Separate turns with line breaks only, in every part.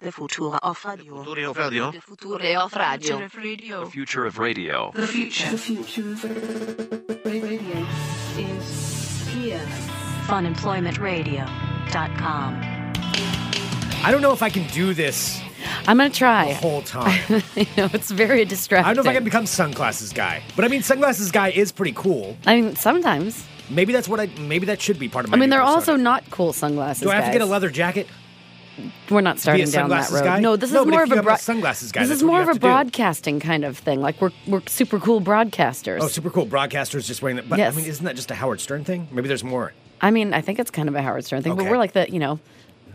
The future of radio.
Future of radio.
The future of radio.
The future of radio.
The future.
The future of radio is here.
Funemploymentradio.com.
I don't know if I can do this
I'm going to
the
try.
whole time.
you know, it's very distracting.
I don't know if I can become sunglasses guy, but I mean, sunglasses guy is pretty cool.
I mean, sometimes.
Maybe that's what I. Maybe that should be part of my.
I mean,
new
they're also
persona.
not cool sunglasses.
Do I have to get a
guys.
leather jacket?
We're not starting down that
sunglasses
road.
guy?
No, this
No,
is
but
more
if you
of a
have a
broad-
sunglasses guy,
This
that's
is
what
more
you
of
have to
a
do.
broadcasting kind of thing. Like we're we're super cool broadcasters.
Oh, super cool. Broadcasters just wearing that. But
Yes.
I mean, isn't that just a Howard Stern thing? Maybe there's more.
I mean, I think it's kind of a Howard Stern thing,
Okay.
but we're like the you know,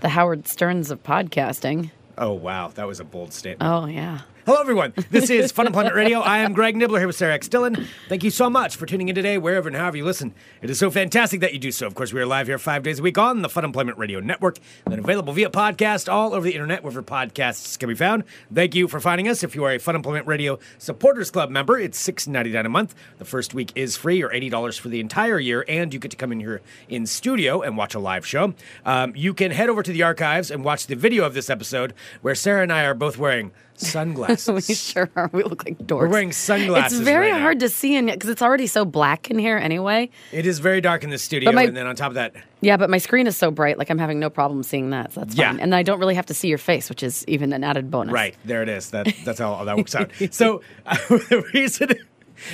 the Howard Sterns of podcasting.
Oh wow, that was a bold statement.
Oh yeah.
Hello, everyone. This is Fun Employment Radio. I am Greg Nibbler here with Sarah X. Dillon. Thank you so much for tuning in today, wherever and however you listen. It is so fantastic that you do so. Of course, we are live here five days a week on the Fun Employment Radio Network and then available via podcast all over the internet, wherever podcasts can be found. Thank you for finding us. If you are a Fun Employment Radio Supporters Club member, it's six ninety nine a month. The first week is free or $80 for the entire year, and you get to come in here in studio and watch a live show. Um, you can head over to the archives and watch the video of this episode where Sarah and I are both wearing sunglasses.
We sure are. We look like dorks.
We're wearing sunglasses
It's very
right now.
hard to see in because it's already so black in here anyway.
It is very dark in the studio,
my-
and then on top of that,
Yeah, but my screen is so bright, like I'm having no problem seeing that. So that's
Yeah.
fine. And I don't really have to see your face, which is even an added bonus.
right there it is. That that's how all that works out. So the reason.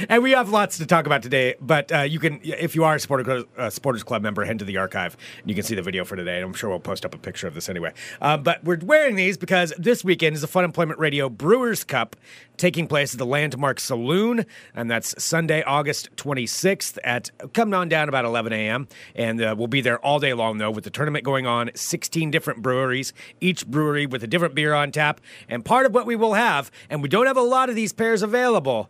And we have lots to talk about today, but uh, you can, if you are a supporter, Club- uh, supporters club member, head to the archive and you can see the video for today. And I'm sure we'll post up a picture of this anyway. Uh, but we're wearing these because this weekend is the Fun Employment Radio Brewers Cup taking place at the Landmark Saloon, and that's Sunday, August 26th at come on down about 11 a.m. And uh, we'll be there all day long though, with the tournament going on. 16 different breweries, each brewery with a different beer on tap. And part of what we will have, and we don't have a lot of these pairs available.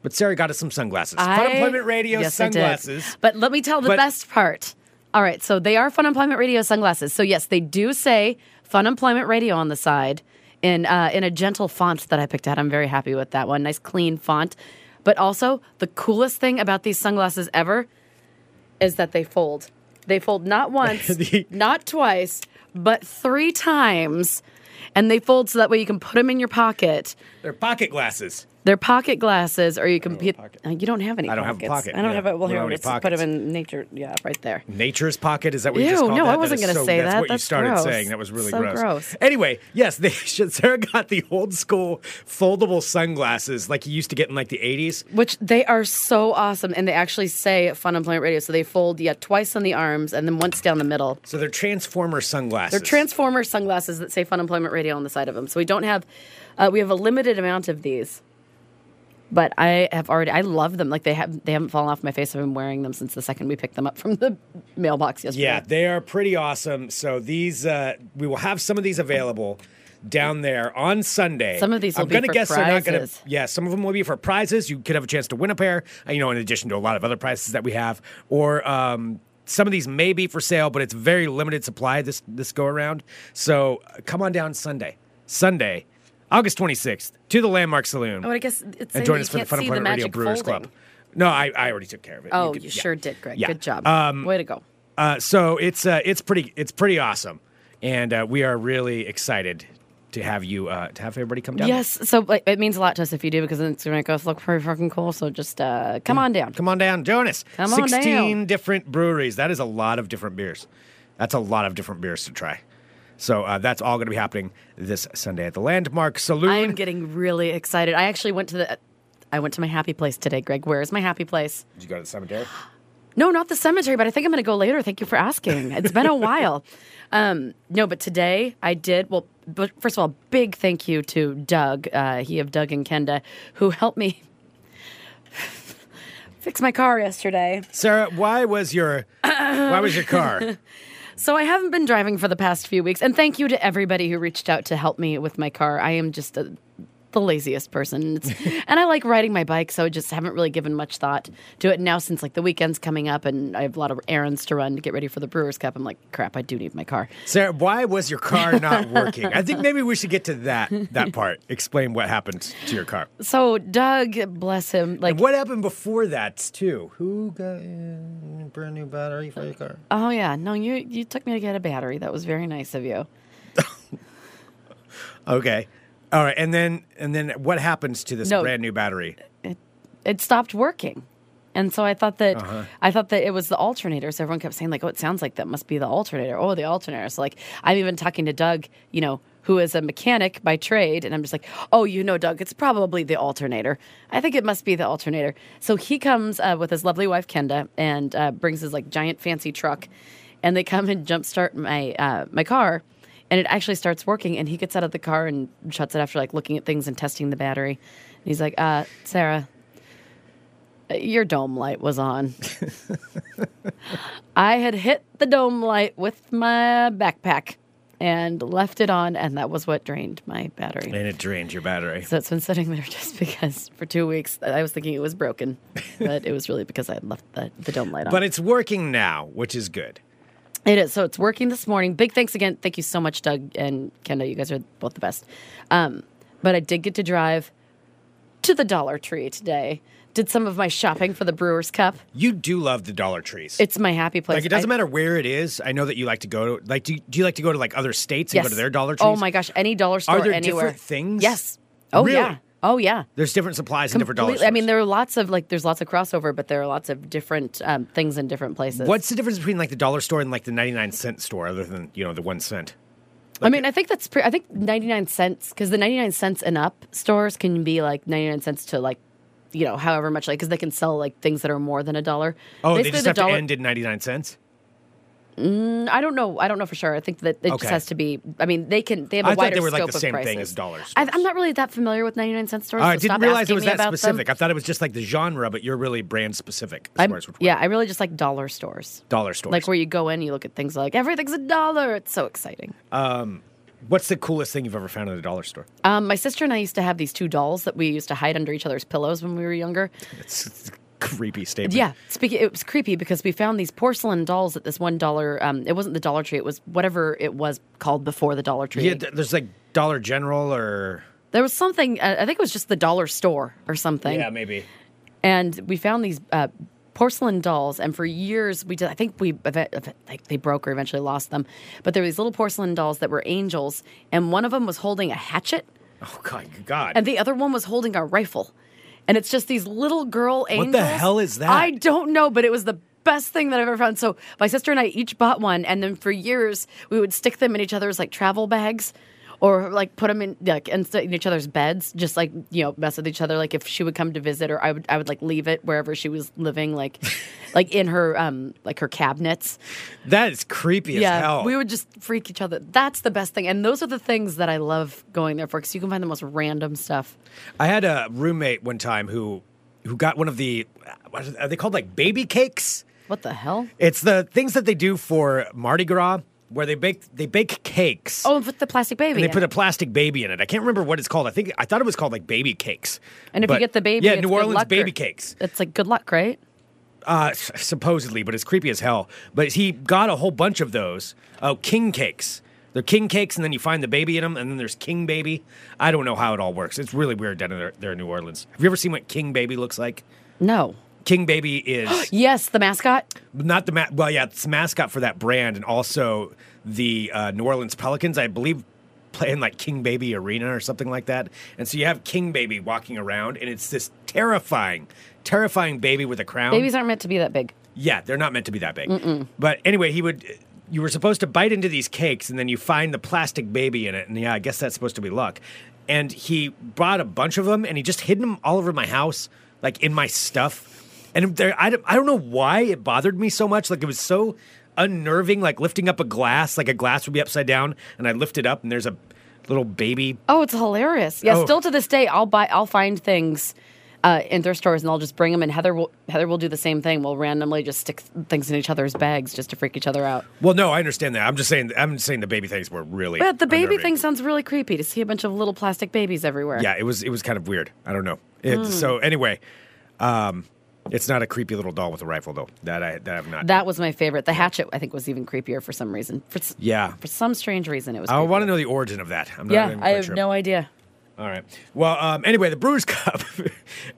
But Sarah got us some sunglasses.
I-
Fun Employment Radio
Yes, I did.
sunglasses.
But let me tell the
But-
best part. All right, so they are Fun Employment Radio sunglasses. So yes, they do say Fun Employment Radio on the side in uh, in a gentle font that I picked out. I'm very happy with that one. Nice clean font. But also the coolest thing about these sunglasses ever is that they fold. They fold not once,
The-
not twice, but three times. And they fold so that way you can put them in your pocket.
They're pocket glasses.
They're pocket glasses, or you can get. uh, You don't have any.
I don't have a
pockets.
pocket,
I don't
yeah.
have it. Well,
We
here
don't
we
have any
put them
pockets.
in nature. Yeah, right there.
Nature's pocket is that what you just
Ew,
called
no,
that?
I
That
wasn't
is
gonna
so-
say
that's
that.
what
That's
you started
gross.
saying. That was really
So
gross.
gross.
Anyway, yes, they Sarah got the old school foldable sunglasses like you used to get in like the 80s.
Which they are so awesome, and they actually say Fun Employment Radio. So they fold, yeah, twice on the arms, and then once down the middle.
So they're transformer sunglasses.
They're transformer sunglasses that say Fun Employment Radio on the side of them. So we don't have, uh, we have a limited amount of these. But I have already, I love them. Like they have, they haven't fallen off my face. I've been wearing them since the second we picked them up from the mailbox yesterday.
Yeah, they are pretty awesome. So these uh, we will have some of these available down there on Sunday.
Some of these will
I'm
be
gonna
for
guess they're not going
prizes.
Yeah, some of them will be for prizes. You could have a chance to win a pair. uh, You know, in addition to a lot of other prizes that we have, or um, some of these may be for sale, but it's very limited supply this this go around. So uh, come on down Sunday, Sunday, August 26th to the Landmark Saloon
But I guess it's
and
saying
join
that
us for the
you can't
Fun
see
Employment Radio
magic
Brewers
folding.
Club. No, I, I already took care of it.
Oh, you,
could- yeah.
sure did, Greg.
Yeah.
Good job.
Um,
Way to go.
Uh, so it's uh, it's pretty it's pretty awesome, and uh, we are really excited to have you uh, to have everybody come down.
Yes, so like, it means a lot to us if you do because then it's going to make us look pretty fucking cool. So just uh, come on down.
come on down, Jonas.
Come on
Sixteen
down.
different breweries. That is a lot of different beers. That's a lot of different beers to try. So uh, that's all going to be happening this Sunday at the Landmark Saloon.
I am getting really excited. I actually went to the, I went to my happy place today, Greg. Where is my happy place?
Did you go to the cemetery?
No, not the cemetery, but I think I'm going to go later. Thank you for asking. It's been a while. Um, no, but today I did. Well, but first of all, big thank you to Doug, uh, he of Doug and Kenda, who helped me fix my car yesterday.
Sarah, why was your why was your car?
So I haven't been driving for the past few weeks, and thank you to everybody who reached out to help me with my car. I am just a, the laziest person, it's, and I like riding my bike, so I just haven't really given much thought to it now since like the weekend's coming up, and I have a lot of errands to run to get ready for the Brewers Cup. I'm like, crap, I do need my car.
Sarah, why was your car not working? I think maybe we should get to that that part. Explain what happened to your car.
So Doug, bless him, like
And what happened before that too? Who got a brand new battery for your car?
oh yeah, no, you you took me to get a battery. That was very nice of you.
Okay. All right. And then and then what happens to this
No.
brand new battery?
it stopped working. And so I thought that I thought that it was the alternator. So everyone kept saying like, "Oh, it sounds like that must be the alternator." Oh, the alternator. So like, I'm even talking to Doug, you know, who is a mechanic by trade, and I'm just like, "Oh, you know, Doug, it's probably the alternator. I think it must be the alternator." So he comes uh, with his lovely wife Kenda and uh, brings his like giant fancy truck, and they come and jumpstart my uh, my car, and it actually starts working. And he gets out of the car and shuts it after like looking at things and testing the battery. And he's like, uh, "Sarah." your dome light was on. I had hit the dome light with my backpack and left it on, and that was what drained my battery.
And it drains your battery.
So it's been sitting there just because for two weeks I was thinking it was broken, but it was really because I had left the, the dome light on.
But it's working now, which is good.
It is. So it's working this morning. Big thanks again. Thank you so much, Doug and Kendall. You guys are both the best. Um, but I did get to drive to the Dollar Tree today. Did some of my shopping for the Brewers Cup.
You do love the Dollar Trees.
It's my happy place.
like it doesn't
I-
matter where it is. I know that you like to go to like do you, do you like to go to like other states and go to their Dollar Trees?
Oh my gosh, any dollar store
Are there
anywhere.
different things?
Yes. Oh
Really?
yeah. Oh yeah.
There's different supplies in different dollar
Completely-
stores.
I mean, there are lots of like, there's lots of crossover, but there are lots of different um, things in different places.
What's the difference between like the dollar store and like the 99 cent store other than, you know, the 1 cent?
I mean, I think that's pre- I think 99 cents because the 99 cents and up stores can be like 99 cents to like, you know, however much like because they can sell like things that are more than a dollar.
Oh, they
Basically,
just
the
have
dollar-
to end at 99 cents?
I don't know. I don't know for sure. I think that it
Okay.
just has to be. I mean, they can. They have a
I thought
wider
they were
scope
like the
of
same
prices.
thing as dollar
I,
stores.
I'm not really that familiar with 99 cent stores.
Oh, I didn't
so stop
realize it
asking
was
me
that
about them.
specific. I thought it was just like the genre, but you're really brand specific. As
I'm-
far as which
yeah, I really just like dollar stores.
dollar stores.
Like where you go in, you look at things like everything's a dollar. It's so exciting.
What's the coolest thing you've ever found at a dollar store?
Um, my sister and I used to have these two dolls that we used to hide under each other's pillows when we were younger.
It's, it's a creepy statement.
Yeah, speaking, it was creepy because we found these porcelain dolls at this one dollar. Um, it wasn't the Dollar Tree; it was whatever it was called before the Dollar Tree.
Yeah, th- there's like Dollar General or
there was something. Uh, I think it was just the dollar store or something.
yeah, maybe.
and we found these uh, porcelain dolls and for years we did i think we eve- eve- like they broke or eventually lost them but there were these little porcelain dolls that were angels and one of them was holding a hatchet
Oh God, God.
and the other one was holding a rifle and it's just these little girl angels
the hell is that?
i don't know but it was the best thing that i've ever found so my sister and i each bought one and then for years we would stick them in each other's like travel bags or like put them in like in, in each other's beds just like you know mess with each other like if she would come to visit or i would i would like leave it wherever she was living like like in her um like her cabinets
that is creepy as hell.
we would just freak each other. That's the best thing. And those are the things that I love going there for because you can find the most random stuff.
I had a roommate one time who who got one of the what are they called like baby cakes?
What the hell?
It's the things that they do for Mardi Gras where they bake they bake cakes.
Oh, with the plastic baby.
And they
in
put
it.
a plastic baby in it. I can't remember what it's called. I think I thought it was called like baby cakes.
and if
But-
you get the baby,
yeah,
it's
New
good
Orleans
luck or-
baby cakes.
It's like good luck, right?
Uh, s- supposedly, but it's creepy as hell. But he got a whole bunch of those. Oh, king cakes. They're king cakes, and then you find the baby in them, and then there's king baby. I don't know how it all works. It's really weird down there, there in New Orleans. Have you ever seen what king baby looks like?
No.
King baby is
Yes, the mascot.
not the ma- well, yeah, it's mascot for that brand, and also the uh, New Orleans Pelicans, I believe, play in like King Baby Arena or something like that. And so you have King Baby walking around, and it's this terrifying, terrifying baby with a crown.
Babies aren't meant to be that big.
Yeah, they're not meant to be that big. But anyway, he would. You were supposed to bite into these cakes, and then you find the plastic baby in it. And yeah, I guess that's supposed to be luck. And he brought a bunch of them, and he just hid them all over my house, like in my stuff. And there, I don't, I don't know why it bothered me so much. Like it was so unnerving, like lifting up a glass. Like a glass would be upside down, and I lift it up, and there's a little baby.
Oh, it's hilarious. Yeah,
Oh.
still to this day, I'll buy, I'll find things uh, in thrift stores and I'll just bring them. And Heather will, Heather will do the same thing. We'll randomly just stick things in each other's bags just to freak each other out.
Well, no, I understand that. I'm just saying. I'm just saying the baby things were really.
But the baby
unnerving.
thing sounds really creepy to see a bunch of little plastic babies everywhere.
Yeah, it was it was kind of weird. I don't know.
Hmm.
It, So anyway, um, it's not a creepy little doll with a rifle though. That I that I've not.
That was my favorite. The hatchet, I think, was even creepier for some reason. For, s-
yeah,
for some strange reason, it was.
I
creepy.
want to know the origin of that. I'm not
Yeah,
even
I
quite
have
sure.
no idea.
All right. Well, um, anyway, the Brewers Cup.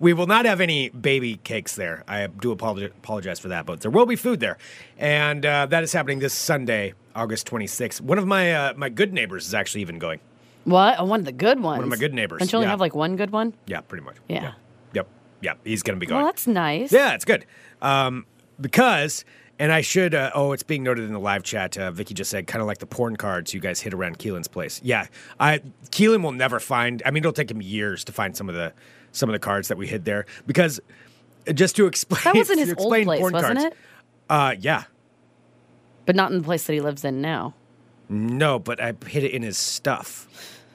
we will not have any baby cakes there. I do apologi- apologize for that, but there will be food there, and uh, that is happening this Sunday, August 26th. One of my uh, my good neighbors is actually even going.
What? Oh, one of the good ones.
of my good neighbors,
Don't you only
yeah.
have like one good one?
Yeah, pretty much.
Yeah.
Yep. Yep. He's gonna be gone.
Well, that's nice.
Yeah, it's good. Um, because, and I should, uh, oh, it's being noted in the live chat. Uh, Vicky just said, kind of like the porn cards you guys hid around Keelan's place. Yeah, I Keelan will never find. I mean, it'll take him years to find some of the some of the cards that we hid there because uh, just to explain
That was in
to
his old
explain
place,
porn
wasn't
cards,
it?
Uh, yeah,
But not in the place that he lives in now.
no, but I hid it in his stuff.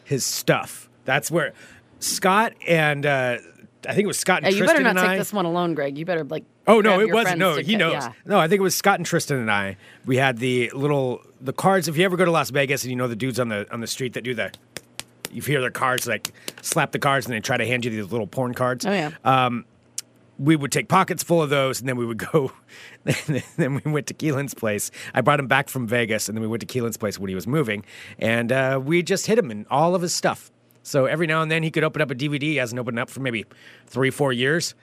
His stuff. That's where Scott and uh, I think it was Scott and
Yeah, you
Tristan
better not
and
take
I-
this one alone, Greg. You better like.
Oh no,
grab
it
your
wasn't.
friends
No,
to
he
get-
knows.
yeah.
No, I think it was Scott and Tristan and I. We had the little the cards. If you ever go to Las Vegas and you know the dudes on the on the street that do the, you hear their cards like slap the cards and they try to hand you these little porn cards. Um,
Oh yeah.
We would take pockets full of those and then we would go. then we went to Keelan's place. I brought him back from Vegas and then we went to Keelan's place when he was moving and uh, we just hit him in all of his stuff. So every now and then he could open up a DVD. He hasn't opened up for maybe three four years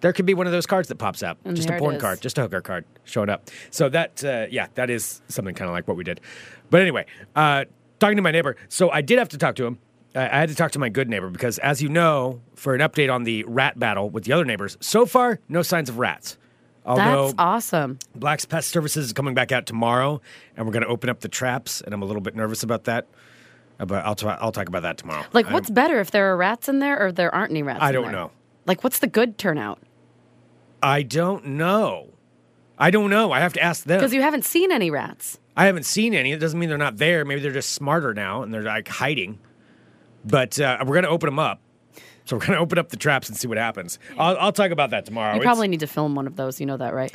there could be one of those cards that pops up.
And
just
there
a
it
porn
is.
card, just a hooker card showing up. So that, uh, yeah, that is something kind of like what we did. But anyway, uh, talking to my neighbor. So I did have to talk to him. I I had to talk to my good neighbor because, as you know, for an update on the rat battle with the other neighbors, so far, no signs of rats. Although
That's awesome.
Black's Pest Services is coming back out tomorrow, and we're going to open up the traps, and I'm a little bit nervous about that. Uh, But I'll, t- I'll talk about that tomorrow.
Like,
I'm-
what's better if there are rats in there or there aren't any rats?
I
in
don't
there?
know.
Like, what's the good turnout?
I don't know. I don't know. I have to ask them.
Because you haven't seen any rats.
I haven't seen any. It doesn't mean they're not there. Maybe they're just smarter now and they're like hiding. But uh, we're going to open them up. So we're going to open up the traps and see what happens. I'll, I'll talk about that tomorrow.
You
It's-
probably need to film one of those. You know that, right?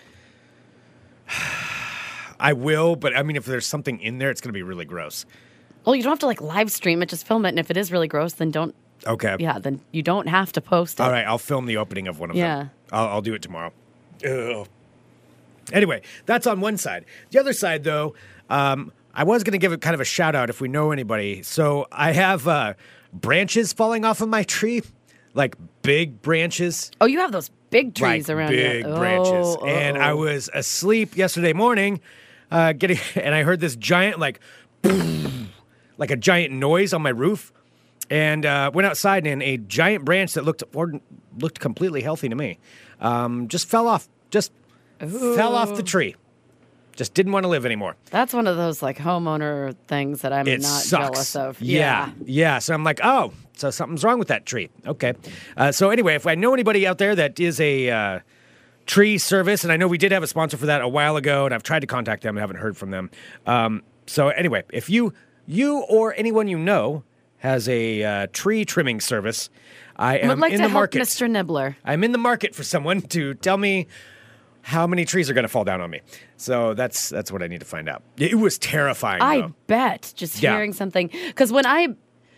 I will, but I mean, if there's something in there, it's going to be really gross.
Well, you don't have to like live stream it. Just film it. And if it is really gross, then don't.
Okay.
Yeah, then you don't have to post it.
All right. I'll film the opening of one of
Yeah.
them. I'll, I'll do it tomorrow. Ugh. Anyway, that's on one side. The other side, though, um, I was going to give it kind of a shout out if we know anybody. So I have uh, branches falling off of my tree, like big branches.
Oh, you have those big trees
like
around
big
you. Oh,
branches.
oh,
And I
oh.
was asleep yesterday morning, uh, getting, and I heard this giant like, like a giant noise on my roof, and uh, went outside and a giant branch that looked ordin- looked completely healthy to me, um, just fell off, just fell off the tree. Just didn't want to live anymore.
That's one of those like homeowner things that I'm
It
not
sucks.
jealous of.
Yeah. yeah, So I'm like, oh, so something's wrong with that tree. Okay. Uh, so anyway, if I know anybody out there that is a uh, tree service, and I know we did have a sponsor for that a while ago, and I've tried to contact them, I haven't heard from them. Um, so anyway, if you you or anyone you know has a uh, tree trimming service, I am
Would like
in
to
the
help
market.
Mr. Nibbler.
I'm in the market for someone to tell me how many trees are going to fall down on me. So that's that's what I need to find out. It was terrifying.
I
though.
bet just
Yeah.
hearing something because when I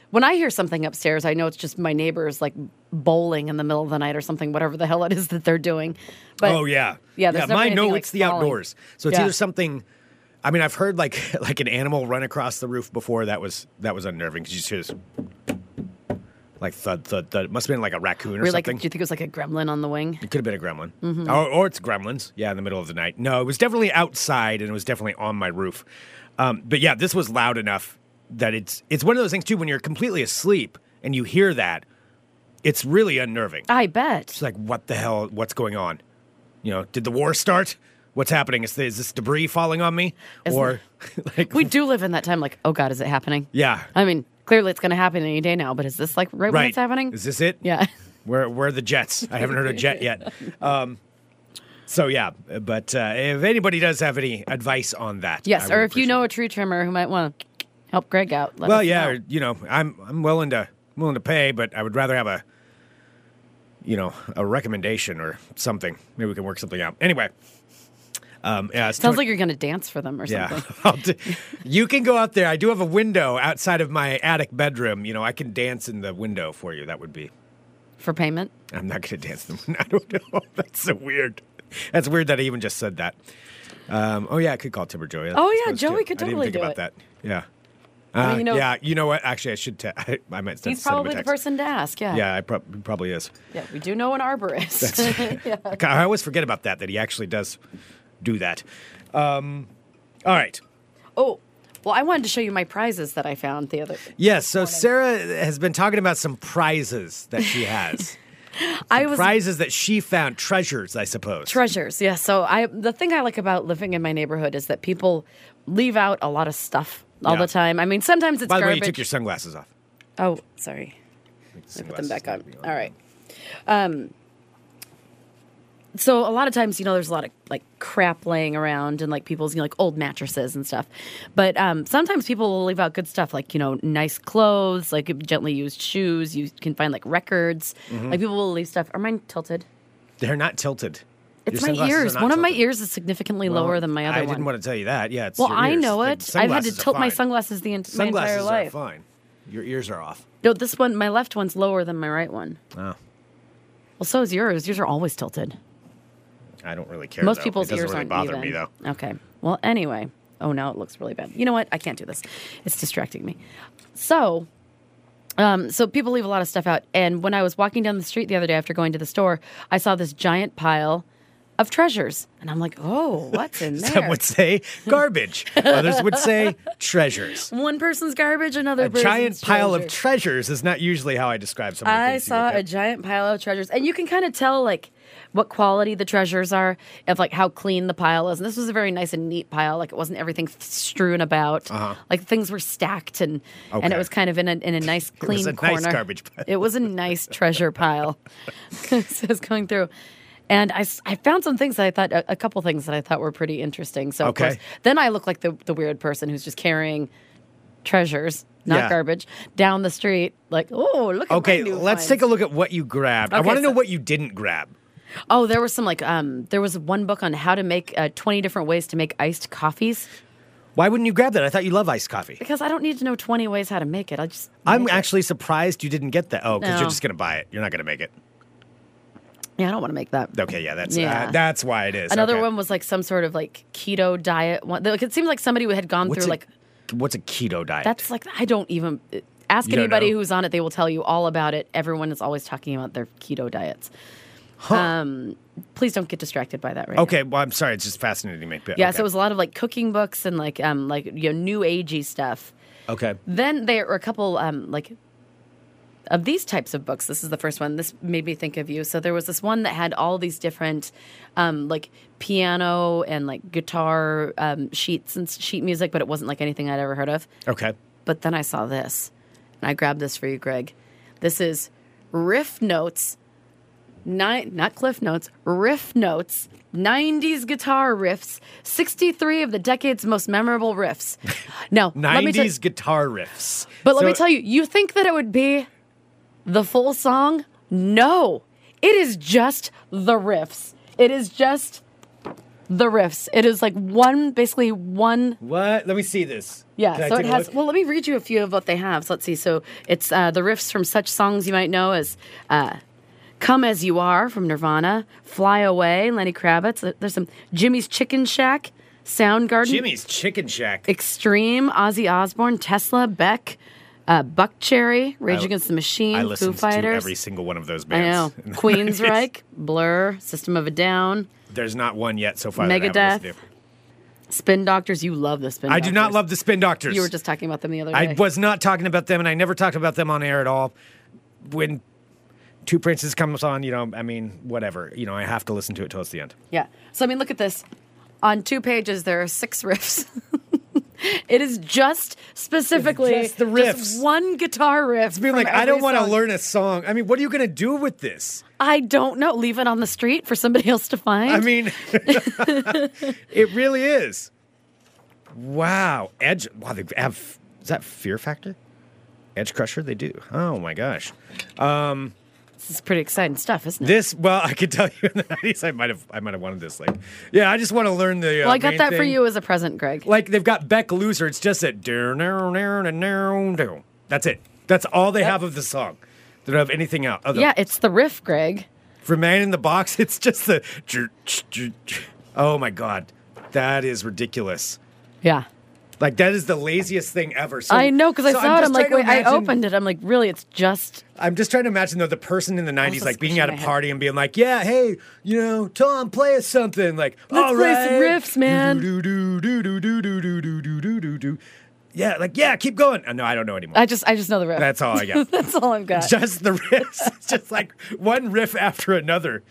when I hear something upstairs, I know it's just my neighbors like bowling in the middle of the night or something, whatever the hell it is that they're doing. But
oh yeah,
yeah, there's never
mine no,
anything, like,
it's the
falling.
outdoors. So it's
Yeah.
either something. I mean, I've heard like like an animal run across the roof before. That was that was unnerving because you just hear this like thud thud thud. It must have been like a raccoon or
Or like, do
something.
you Mm-hmm. think it was like a gremlin on the wing?
it could have been a gremlin, or, or it's gremlins. Yeah, in the middle of the night. No, it was definitely outside, and it was definitely on my roof. Um, but yeah, this was loud enough that it's it's one of those things too. When you're completely asleep and you hear that, it's really unnerving.
I bet.
It's like, what the hell? What's going on? You know, did the war start? What's happening? Is, is this debris falling on me?
Isn't
or like,
We do live in that time. Like, oh god, is it happening?
yeah,
I mean, clearly it's going to happen any day now. But is this like right, when
right.
it's happening?
Is this it?
yeah.
Where where are the jets? I haven't heard a jet yet. Um, so yeah, but uh, if anybody does have any advice on that, I
Yes.
would
Or if you
appreciate
know
it.
a tree trimmer who might want to help Greg out. Let
well,
us
yeah,
know.
or, you know, I'm I'm willing to I'm willing to pay, but I would rather have a you know a recommendation or something. Maybe we can work something out. Anyway, um, yeah, it's
Sounds
twen-
like you're going to dance for them or
Yeah,
something.
I'll do- you can go out there. I do have a window outside of my attic bedroom. You know, I can dance in the window for you. That would be.
For payment.
I'm not going to dance in the window. I don't know. That's so weird. That's weird that I even just said that. Um, oh yeah, I could call Timber Joey.
Oh,
I
yeah,
suppose, too.
Joey could
I didn't
totally
think
do
about
it.
that. Yeah.
mean,
Uh,
you know-
yeah, you know what? Actually, I should. Te- I, I might. send
He's
him a
probably the
text.
person to ask. Yeah.
Yeah, I prob- probably is.
Yeah, we do know an arborist. yeah.
I ca- I always forget about that. That he actually does do that. Um, all right.
Oh, Well, I wanted to show you my prizes that I found the other.
Yes. So Sarah has been talking about some prizes that she has.
I was
prizes that she found, treasures, I suppose.
treasures. Yeah. So I the thing I like about living in my neighborhood is that people leave out a lot of stuff all
Yeah.
the time. I mean, sometimes it's
By the way,
garbage.
you took your sunglasses off.
oh, sorry. Put them back on. All right. Um, so a lot of times, you know, there's a lot of like crap laying around and like people's you know, like old mattresses and stuff. But um, sometimes people will leave out good stuff, like you know, nice clothes, like gently used shoes. You can find like records.
Mm-hmm.
Like people will leave stuff. Are mine tilted?
They're not tilted. Your
It's my
sunglasses are
ears.
not
One of my
tilted.
ears is significantly
Well,
lower than my other
I
one.
didn't want to tell you that. Yeah. It's
well,
your
I
ears.
know
The
it. I've had to
sunglasses are
tilt my
fine.
sunglasses the en- my
Sunglasses
entire life.
are fine. Your ears are off.
No, this one, my left one's lower than my right one.
Oh,
Well, so is yours. Yours are always tilted.
I don't really care.
Most
though.
people's
it doesn't
ears
really
aren't
bother
even.
me though.
Okay. Well, anyway. Oh, now it looks really bad. You know what? I can't do this. It's distracting me. So, um, so people leave a lot of stuff out. And when I was walking down the street the other day after going to the store, I saw this giant pile of treasures, and I'm like, "Oh, what's in there?"
Some would say garbage. Others would say treasures.
One person's garbage, another
A
person's
giant pile
treasure.
of treasures is not usually how I describe something.
I saw a giant pile of treasures, and you can kind of tell like what quality the treasures are, of like how clean the pile is. And this was a very nice and neat pile; like it wasn't everything th- strewn about. Like things were stacked, and and
Uh-huh. Okay.
it was kind of in a in a nice clean
was a nice
corner.
garbage pile.
It was a nice treasure pile. so I was going through. And I, s- I found some things that I thought, a, a couple things that I thought were pretty interesting. So,
Okay.
of course, then I look like the, the weird person who's just carrying treasures, not
Yeah.
garbage, down the street. Like, oh, look at
Okay,
my new
let's
find."
take a look at what you grabbed. I
Okay,
want to know
so-
what you didn't grab.
Oh, there was some like um, there was one book on how to make uh, twenty different ways to make iced coffees
Why wouldn't you grab that? I thought you love iced coffee.
because I don't need to know twenty ways how to make it. I just
I'm
make it.
actually surprised you didn't get that. Oh, because
No.
you're just gonna buy it. You're not gonna make it.
yeah, I don't want to make that.
Okay, yeah, that's
Yeah.
Uh, that's why it is.
Another
okay.
one was like some sort of like keto diet. One, like, it seemed like somebody who had gone
What's
through
a,
like
what's a keto diet?
that's like I don't even uh, ask
You don't
anybody
know?
who's on it; they will tell you all about it. Everyone is always talking about their keto diets. Um, please don't get distracted by that. Right? now.
okay. Well, I'm sorry. It's just fascinating to me. but
Yeah,
okay.
so it was a lot of like cooking books and like um like you know new agey stuff.
okay.
Then there were a couple um, like of these types of books. This is the first one. This made me think of you. So there was this one that had all these different um, like piano and like guitar um, sheets and s- sheet music, but it wasn't like anything I'd ever heard of.
Okay.
But then I saw this, and I grabbed this for you, Greg. This is riff notes, ni- not cliff notes, riff notes. 90s guitar riffs, 63 of the decade's most memorable riffs. Now, let me tell-
Nineties guitar riffs.
but let
So-
me tell you, you think that it would be the full song? No. It is just the riffs. It is just the riffs. It is like one, basically one.
What? Let me see this.
Yeah.
Can I
so it
take a
has.
look?
Well, let me read you a few of what they have. So let's see. So it's uh, the riffs from such songs you might know as uh, "Come as You Are" from Nirvana, "Fly Away," Lenny Kravitz. There's some Jimmy's Chicken Shack, Soundgarden.
Jimmy's Chicken Shack.
Extreme, Ozzy Osbourne, Tesla, Beck, uh, Buck Cherry, Rage
I-
Against the Machine,
I
Foo
listened to
Fighters.
every single one of those
I
bands.
know.
in the 90s.
Queensryche, Blur, System of a Down,
There's not one yet so far. that I haven't
Megadeth.
listened to.
Spin Doctors. You love the Spin
I
Doctors.
do not love the Spin Doctors.
You were just talking about them the other day.
I was not talking about them, and I never talked about them on air at all. When Two Princes comes on, you know, I mean, whatever. You know, I have to listen to it till it's the end.
Yeah. So, I mean, look at this. On two pages, there are six riffs. it is just specifically
just the riffs.
one guitar riff.
Being
from
like, I don't
every
want to
song.
learn a song. I mean, what are you going to do with this?
I don't know. Leave it on the street for somebody else to find.
I mean, it really is. Wow, Edge. Wow, they have. Is that Fear Factor? Edge Crusher. They do. Oh my gosh.
this is pretty exciting stuff, isn't it?
This. Well, I could tell you in the nineties, I might have. I might have wanted this. Like, yeah, I just want to learn the. Uh,
Well, I got
main
that for
thing.
you as a present, Greg.
like they've got Beck Loser. It's just that. "Dun, dun, dun, dun, dun." That's it. That's all they have of the song. They don't have anything out. Other.
Yeah, it's the riff, Greg.
For Man in the Box, it's just the. Oh my God. That is ridiculous.
Yeah.
Like, that is the laziest thing ever. So,
I know because I
so
saw it.
just
I'm like,
trying
wait,
to
I
imagine-
opened it. I'm like, really, it's just.
I'm just trying to imagine, though, the person in the 90s,
Also
like, being
squishing
at a
my head.
party and being like, yeah, hey, you know, Tom, play us something. Like,
Let's
all
play some
right.
riffs, man.
Do, do, do, do, do, do, do, do, do, do, do, do. yeah, like yeah, keep going. Uh, no, I don't know anymore.
I just I just know the riff.
That's all I got.
That's all I've got.
just the riffs, It's just like one riff after another.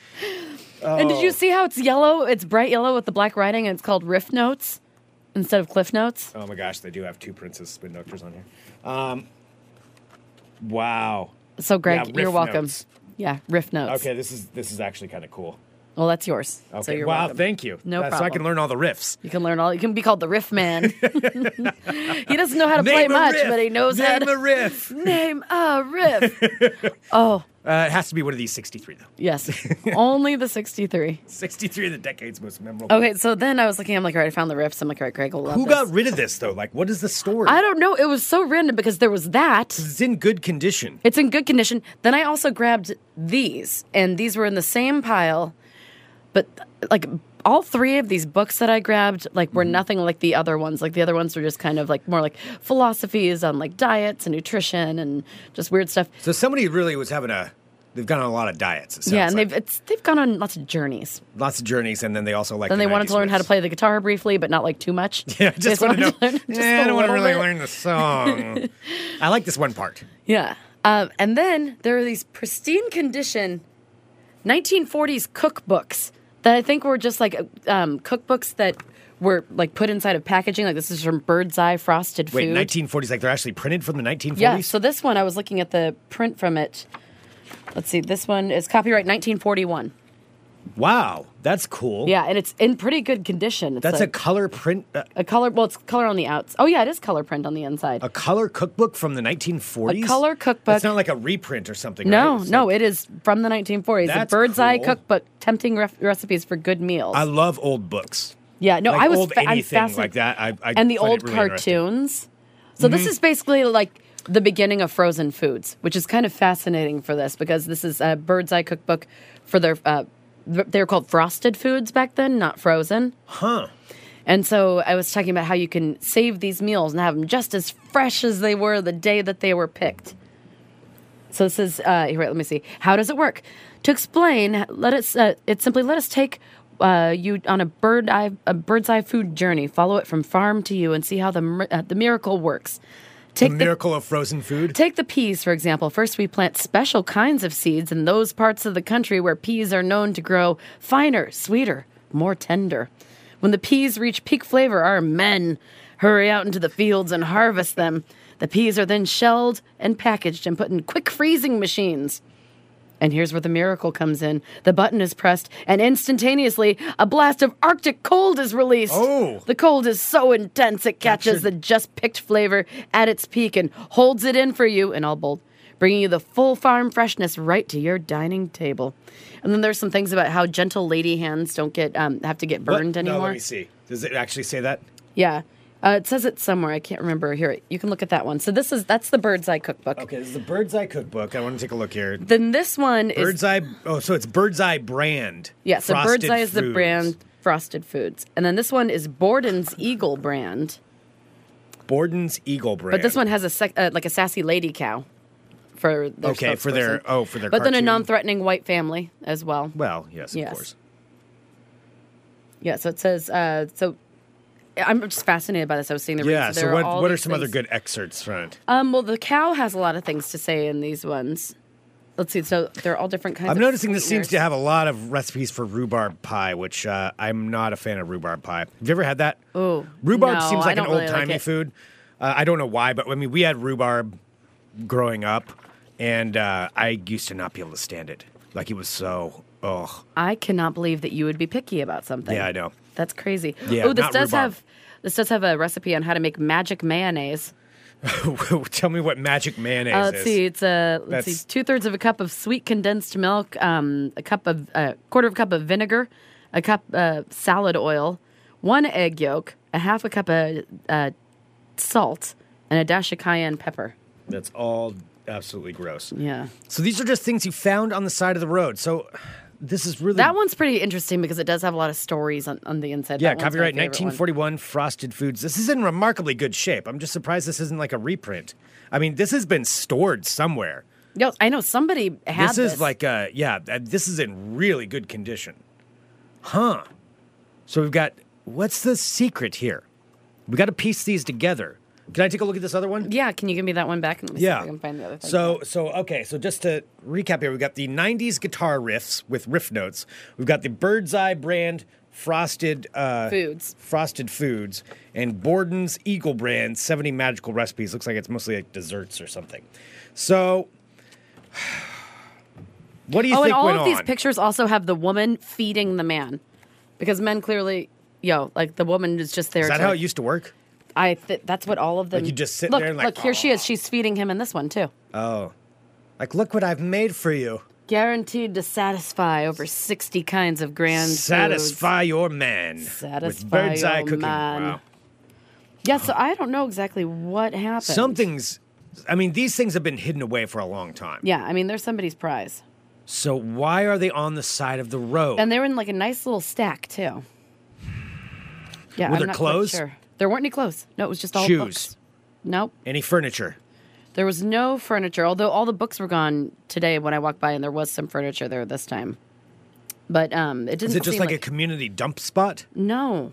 And did you see how it's yellow? It's bright yellow with the black writing, and it's called riff notes instead of cliff notes.
Oh my gosh, they do have two Princess Spin Doctors on here. Um, wow.
So Greg,
Yeah, riff
you're welcome.
notes.
Yeah, riff notes.
Okay, this is this is actually kind of cool.
Well, that's yours.
Okay.
So you're
wow,
welcome.
thank you.
No
Uh, So I
problem.
can learn all the riffs.
You can learn all. You can be called the riff man. he doesn't know how to play
Name a
much,
riff.
but he knows how
Name
to
a riff.
name a riff. oh
Uh, it has to be one of these 63 though.
yes, only the sixty-three.
63 of the decade's most memorable.
Okay, so then I was looking. I'm like, all right, I found the riffs. I'm like, all right, Greg will love
Who
this.
got rid of this though? Like, what is the story?
I don't know. It was so random because there was that.
It's in good condition.
It's in good condition. Then I also grabbed these, and these were in the same pile, but like all three of these books that I grabbed like
Mm-hmm.
were nothing like the other ones. Like the other ones were just kind of like more like philosophies on like diets and nutrition and just weird stuff.
So somebody really was having a. They've gone on a lot of diets. It sounds
yeah, and
like.
they've it's, they've gone on lots of journeys.
lots of journeys, and then they also like.
Then
the
they wanted
90s
to learn how to
riffs.
play the guitar briefly, but not like too much.
Yeah, I
They
just want to know.
wanted learn just
Yeah, I
a
don't want to
little
really
bit.
learn the song. I like this one part.
Yeah. Um, and then there are these pristine condition 1940s cookbooks that I think were just like um, cookbooks that were like put inside of packaging. Like this is from Bird's Eye Frosted
Wait,
Food.
1940s? Like they're actually printed from the 1940s?
yeah. So this one, I was looking at the print from it. Let's see. This one is copyright 1941.
wow, that's cool.
Yeah, and it's in pretty good condition. It's
that's a
like
color print, uh,
a color. Well, it's color on the outs. Oh yeah, it is color print on the inside.
a color cookbook from the 1940s.
A color cookbook.
It's not like a reprint or something.
No,
right? It's
no,
like-
it is from the 1940s.
That's
a bird's eye
cool.
cookbook, tempting ref- recipes for good meals.
I love old books.
Yeah, no,
Like
I was
old
fa- I'm
anything
fascinated.
like that, I- I
and the
find it
old
really interesting. Mm-hmm.
cartoons. So this is basically like the beginning of frozen foods, which is kind of fascinating for this because this is a bird's eye cookbook for their. Uh, th- they were called frosted foods back then, not frozen.
Huh.
And so I was talking about how you can save these meals and have them just as fresh as they were the day that they were picked. So this is uh, here. wait, Let me see. How does it work? To explain, let us. Uh, it simply let us take uh, you on a bird eye, a bird's eye food journey. Follow it from farm to you and see how the mir- uh, the miracle works.
The
Take
miracle of frozen food.
Take the peas, for example. First, we plant special kinds of seeds in those parts of the country where peas are known to grow finer, sweeter, more tender. When the peas reach peak flavor, our men hurry out into the fields and harvest them. The peas are then shelled and packaged and put in quick freezing machines. And here's where the miracle comes in. The button is pressed, and instantaneously, a blast of Arctic cold is released.
Oh.
The cold is so intense it catches the just picked flavor at its peak and holds it in for you, in all bold, bringing you the full farm freshness right to your dining table. And then there's some things about how gentle lady hands don't get um, have to get
What?
burned
No,
anymore.
let me see. Does it actually say that?
Yeah. Uh, it says it somewhere. I can't remember. Here, you can look at that one. So this is that's the Bird's Eye Cookbook.
Okay, this is the Bird's Eye Cookbook. I want to take a look here.
Then this one is
Bird's Eye. Oh, so it's Bird's Eye brand.
Yeah, so Bird's
Frosted
Eye is the
Foods.
brand Frosted Foods. And then this one is Borden's Eagle brand.
Borden's Eagle brand.
But this one has a sec- uh, like a sassy lady cow for their
Okay, for their-
spokesperson.
oh, for their
But then a
cartoon.
non-threatening white family as well.
Well, yes,
Yes.
of course.
Yeah, so it says uh, so I'm just fascinated by this. I was seeing the
Yeah.
reads.
So
There
what?
all
What are
these
some other
things.
good excerpts from it?
Um well the cow has a lot of things to say in these ones. Let's see. So they're all different kinds
I'm
of
noticing this seems to
sweeteners.
have a lot of recipes for rhubarb pie, which uh, I'm not a fan of rhubarb pie. Have you ever had that?
Ooh,
rhubarb
no,
seems
I
like an
don't really
old
like
timey
it.
food. Uh, I don't know why, but I mean, we had rhubarb growing up, and uh, I used to not be able to stand it. Like it was so. Oh,
I cannot believe that you would be picky about something.
Yeah, I know.
That's crazy.
Yeah,
oh, this
not
does
rhubarb.
have this does have a recipe on how to make magic mayonnaise.
tell me what magic mayonnaise
Uh, let's
is.
see, it's a let's
That's-
see, two thirds of a cup of sweet condensed milk, um, a cup of a quarter of a cup of vinegar, a cup uh, salad oil, one egg yolk, a half a cup of uh, salt, and a dash of cayenne pepper.
That's all absolutely gross.
Yeah,
So these are just things you found on the side of the road. So this is really
that one's pretty interesting because it does have a lot of stories on, on the inside.
Yeah,
That one's my
copyright
favorite one.
1941 Frosted Foods. This is in remarkably good shape. I'm just surprised this isn't like a reprint. I mean, this has been stored somewhere.
No, I know somebody had
this is like uh yeah, uh, this is in really good condition. Huh. So we've got what's the secret here? We got to piece these together. Can I take a look at this other one?
Yeah, can you give me that one back? And let me see if
Yeah.
I can find the other thing.
So so okay. So just to recap here, we've got the '90s guitar riffs with riff notes. We've got the Bird's Eye brand frosted uh,
Foods.
frosted foods, and Borden's Eagle brand 70 magical recipes. Looks like it's mostly like desserts or something. So. What do you
oh, and
think
all
went
of these
on?
pictures also have the woman feeding the man, because men clearly, yo, like the woman is just there.
Is that
to,
how
like-
it used to work?
I th- that's what all of them.
you just sit
look,
there and, like,
look. Here she is. She's feeding him in this one too.
Like, look what I've made for you.
Guaranteed to satisfy over sixty kinds of grand. foods.
Satisfy your man with
Satisfy
bird's eye
your
cooking.
man.
Wow.
Yeah. So I don't know exactly what happened.
Something's. I mean, these things have been hidden away for a long time.
Yeah. I mean, they're somebody's prize,
So why are they on the side of the road?
and they were in like a nice little stack too. Yeah.
Were
I'm
there
not quite
clothes?
Sure. There weren't any clothes. No, it was just all
Shoes.
books. Nope.
Any furniture?
There was no furniture, although all the books were gone today when I walked by, and there was some furniture there this time. But um, it didn't.
Is it just
seem
like, a community dump spot?
no?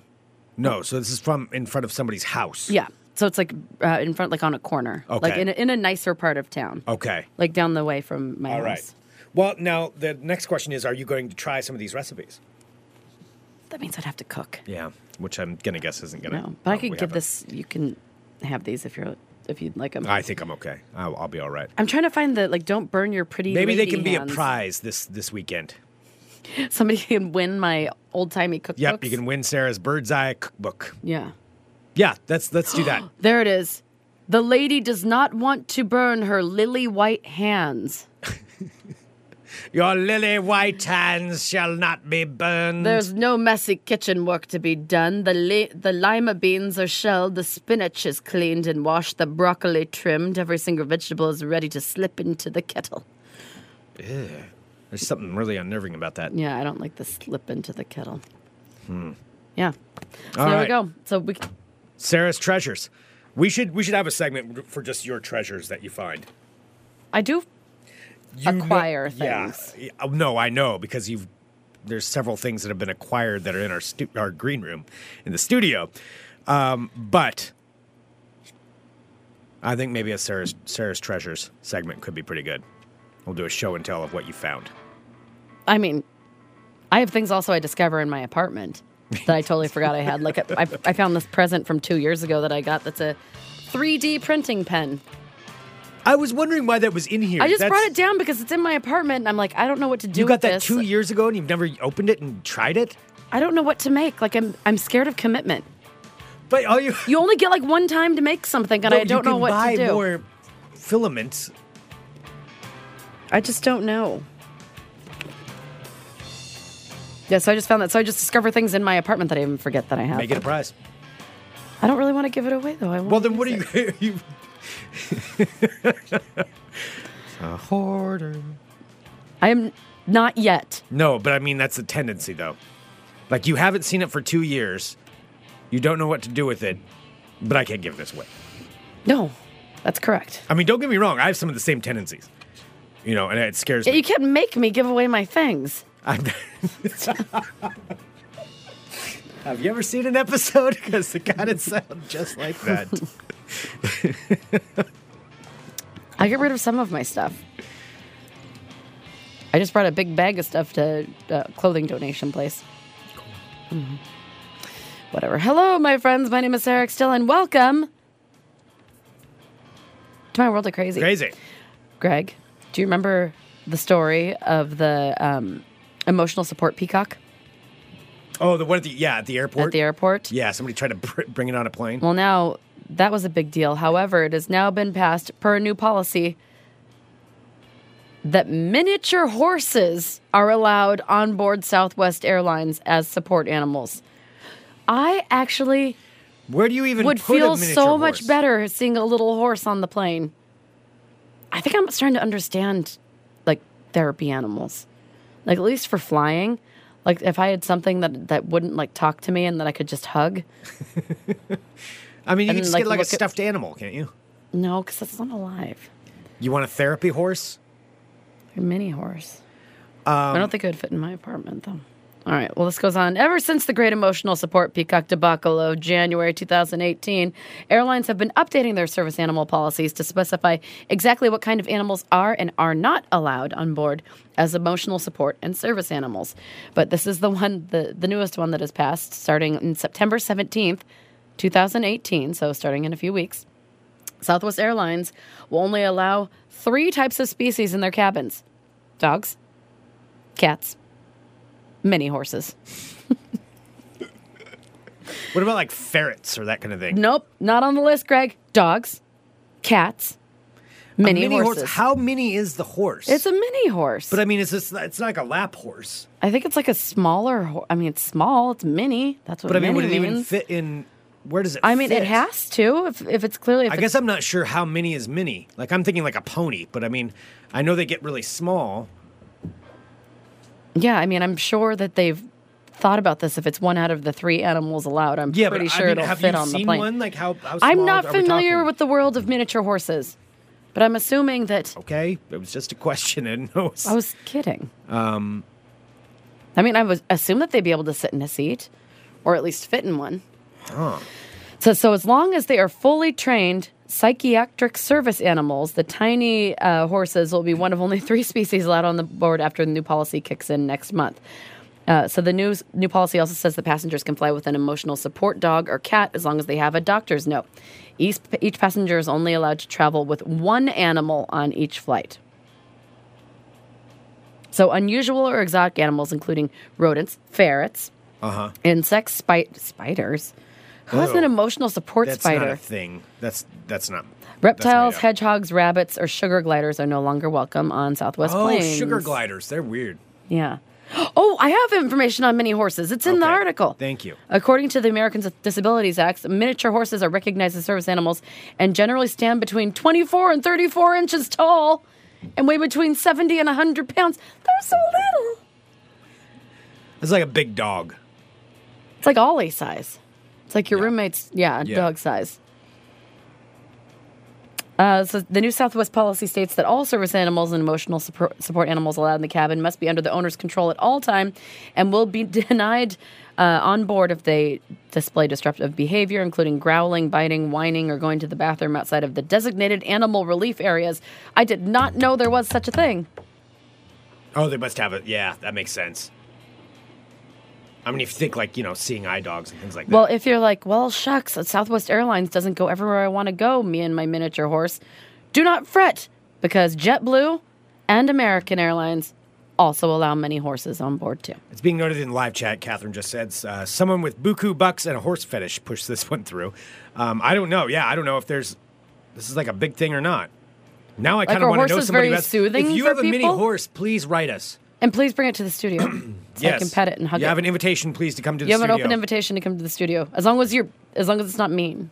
No. So this is from in front of somebody's house.
Yeah, so it's like uh, in front, like on a corner, like
Okay.
in a, in a nicer part of town,
Okay.
like down the way from my
All
house.
right. Well, now the next question is: Are you going to try some of these recipes?
That means I'd have to cook.
Yeah, which I'm gonna guess isn't gonna.
No, but I
probably
could give
happen.
this. You can have these if you're if you'd like them.
I think I'm okay. I'll, I'll be all right.
I'm trying to find the like. Don't burn your pretty.
Maybe they
lady
can be a
hands.
prize this this weekend.
Somebody can win my old timey cookbooks.
Yep, you can win Sarah's bird's eye cookbook.
Yeah.
Yeah, that's let's do that.
There it is. The lady does not want to burn her lily white hands.
Your lily white hands shall not be burned.
There's no messy kitchen work to be done. The, li- the lima beans are shelled, the spinach is cleaned and washed, the broccoli trimmed, every single vegetable is ready to slip into the kettle.
There's something really unnerving about that.
Yeah, I don't like the slip into the kettle. Hmm. Yeah. So
All
there
right.
we go. So we c-
Sarah's treasures. We should we should have a segment for just your treasures that you find.
I do
You know-
Acquire
yeah,
things.
Yeah, oh, no, I know because you've there's several things that have been acquired that are in our stu- our green room in the studio. Um, but I think maybe a Sarah's Sarah's treasures segment could be pretty good. We'll do a show and tell of what you found.
I mean, I have things also I discover in my apartment that I totally forgot I had. Like I, I found this present from two years ago that I got. That's a 3D printing pen.
I was wondering why that was in here.
I just
That's-
brought it down because it's in my apartment, and I'm like, I don't know what to do.
You got
with
that
this.
two years ago, and you've never opened it and tried it.
I don't know what to make. Like I'm, I'm scared of commitment.
But all you
You only get like one time to make something, and
No,
I don't
you can
know what
buy
to do.
more filaments
I just don't know. Yeah, so I just found that. So I just discover things in my apartment that I even forget that I have.
Make it a prize.
I don't really want to give it away though. I
Well, then what are you? you... a hoarder.
I am not yet.
No, but I mean that's the tendency, though. Like you haven't seen it for two years, you don't know what to do with it. But I can't give this away.
No, that's correct.
I mean, don't get me wrong. I have some of the same tendencies. You know, and it scares
Yeah,
me.
You can't make me give away my things.
I'm- Have you ever seen an episode? Because it kind of sounds just like that.
I get rid of some of my stuff. I just brought a big bag of stuff to uh, clothing donation place. Mhm. Whatever. Hello, my friends. My name is Sarah Still, and welcome to my world of crazy.
Crazy.
Greg, do you remember the story of the um, emotional support peacock
Oh, the one at the yeah at the airport.
at the airport?
Yeah, somebody tried to br- bring it on a plane.
Well, now that was a big deal. However, it has now been passed per a new policy that miniature horses are allowed on board Southwest Airlines as support animals. I actually
Where do you even
would
put a
feel
miniature
so much
horse?
better seeing a little horse on the plane. I think I'm starting to understand like therapy animals. Like at least for flying, like if I had something that that wouldn't like talk to me and that I could just hug,
I mean, you can
and,
just
like,
get like a
look at-
stuffed animal, can't you?
no, cuz that's not alive.
You want a therapy horse?
A mini horse. I don't think it would fit in my apartment, though. All right. Well, this goes on. Ever since the great emotional support peacock debacle of January 2018, airlines have been updating their service animal policies to specify exactly what kind of animals are and are not allowed on board as emotional support and service animals. But this is the one, the, the newest one that has passed starting in September 17th, 2018. So, starting in a few weeks. Southwest Airlines will only allow three types of species in their cabins dogs, cats, mini horses.
What about like ferrets or that kind of thing?
Nope, not on the list, Greg. Dogs, cats, mini,
A
horses.
Horse, how mini is the horse?
it's a mini horse.
but I mean, it's just, it's not like a lap horse.
I think it's like a smaller. Ho- I mean, it's small. It's mini. That's what
But I mean,
mini
would it
means.
even fit in? Where does it?
I mean,
fit?
it has to. If, if it's clearly, if
I
it's-
guess I'm not sure how many is mini. Like I'm thinking like a pony, but I mean, I know they get really small.
yeah. I mean, I'm sure that they've thought about this. If it's one out of the three animals allowed, I'm
Yeah,
pretty
but
sure
I mean,
it'll
have
fit
you
on
seen
the plane.
one? Like how? how
I'm
small
not
are we
familiar
talking?
with the world of miniature horses, but I'm assuming that
Okay, it was just a question, and no.
I was kidding. Um, I mean, I would assume that they'd be able to sit in a seat, or at least fit in one. So, so as long as they are fully trained psychiatric service animals, the tiny uh, horses will be one of only three species allowed on the board after the new policy kicks in next month. Uh, so the new new policy also says that passengers can fly with an emotional support dog or cat as long as they have a doctor's note. Each, each passenger is only allowed to travel with one animal on each flight. So unusual or exotic animals, including rodents, ferrets,
Uh-huh.
insects, spi- spiders. Who has
Ew.
an emotional support
that's
spider?
not a thing. That's that's not that's made
Reptiles,
up.
hedgehogs, rabbits, or sugar gliders are no longer welcome on Southwest
Oh,
planes.
sugar gliders. They're weird.
Yeah. Oh, I have information on mini horses. It's in the
Okay.
article.
Thank you.
According to the Americans with Disabilities Act, miniature horses are recognized as service animals and generally stand between 24 and 34 inches tall and weigh between 70 and 100 pounds. They're so little.
It's like a big dog.
It's like Ollie size. It's like your roommate's, yeah,
Yeah.
dog size. Uh, so the new Southwest policy states that all service animals and emotional support, support animals allowed in the cabin must be under the owner's control at all time, and will be denied uh, on board if they display disruptive behavior, including growling, biting, whining, or going to the bathroom outside of the designated animal relief areas. I did not know there was such a thing.
Oh, they must have it. Yeah, that makes sense. I mean, if you think like you know, seeing eye dogs and things like that.
Well, if you're like, well, shucks, Southwest Airlines doesn't go everywhere I want to go, me and my miniature horse, do not fret because JetBlue and American Airlines also allow many horses on board too.
It's being noted in live chat. Catherine just said uh, someone with buku bucks and a horse fetish pushed this one through. Um, I don't know. Yeah, I don't know if there's this is like a big thing or not. Now I kind
are
of want to know
horses
somebody
very
who has-
soothing
If you
for
have a mini
people?
horse, please write us.
And please bring it to the studio so I
yes,
can pet it and hug
you
it.
have an invitation, please, to come to
you
the
have an
studio.
open invitation to come to the studio, as long as you're, as long as it's not mean.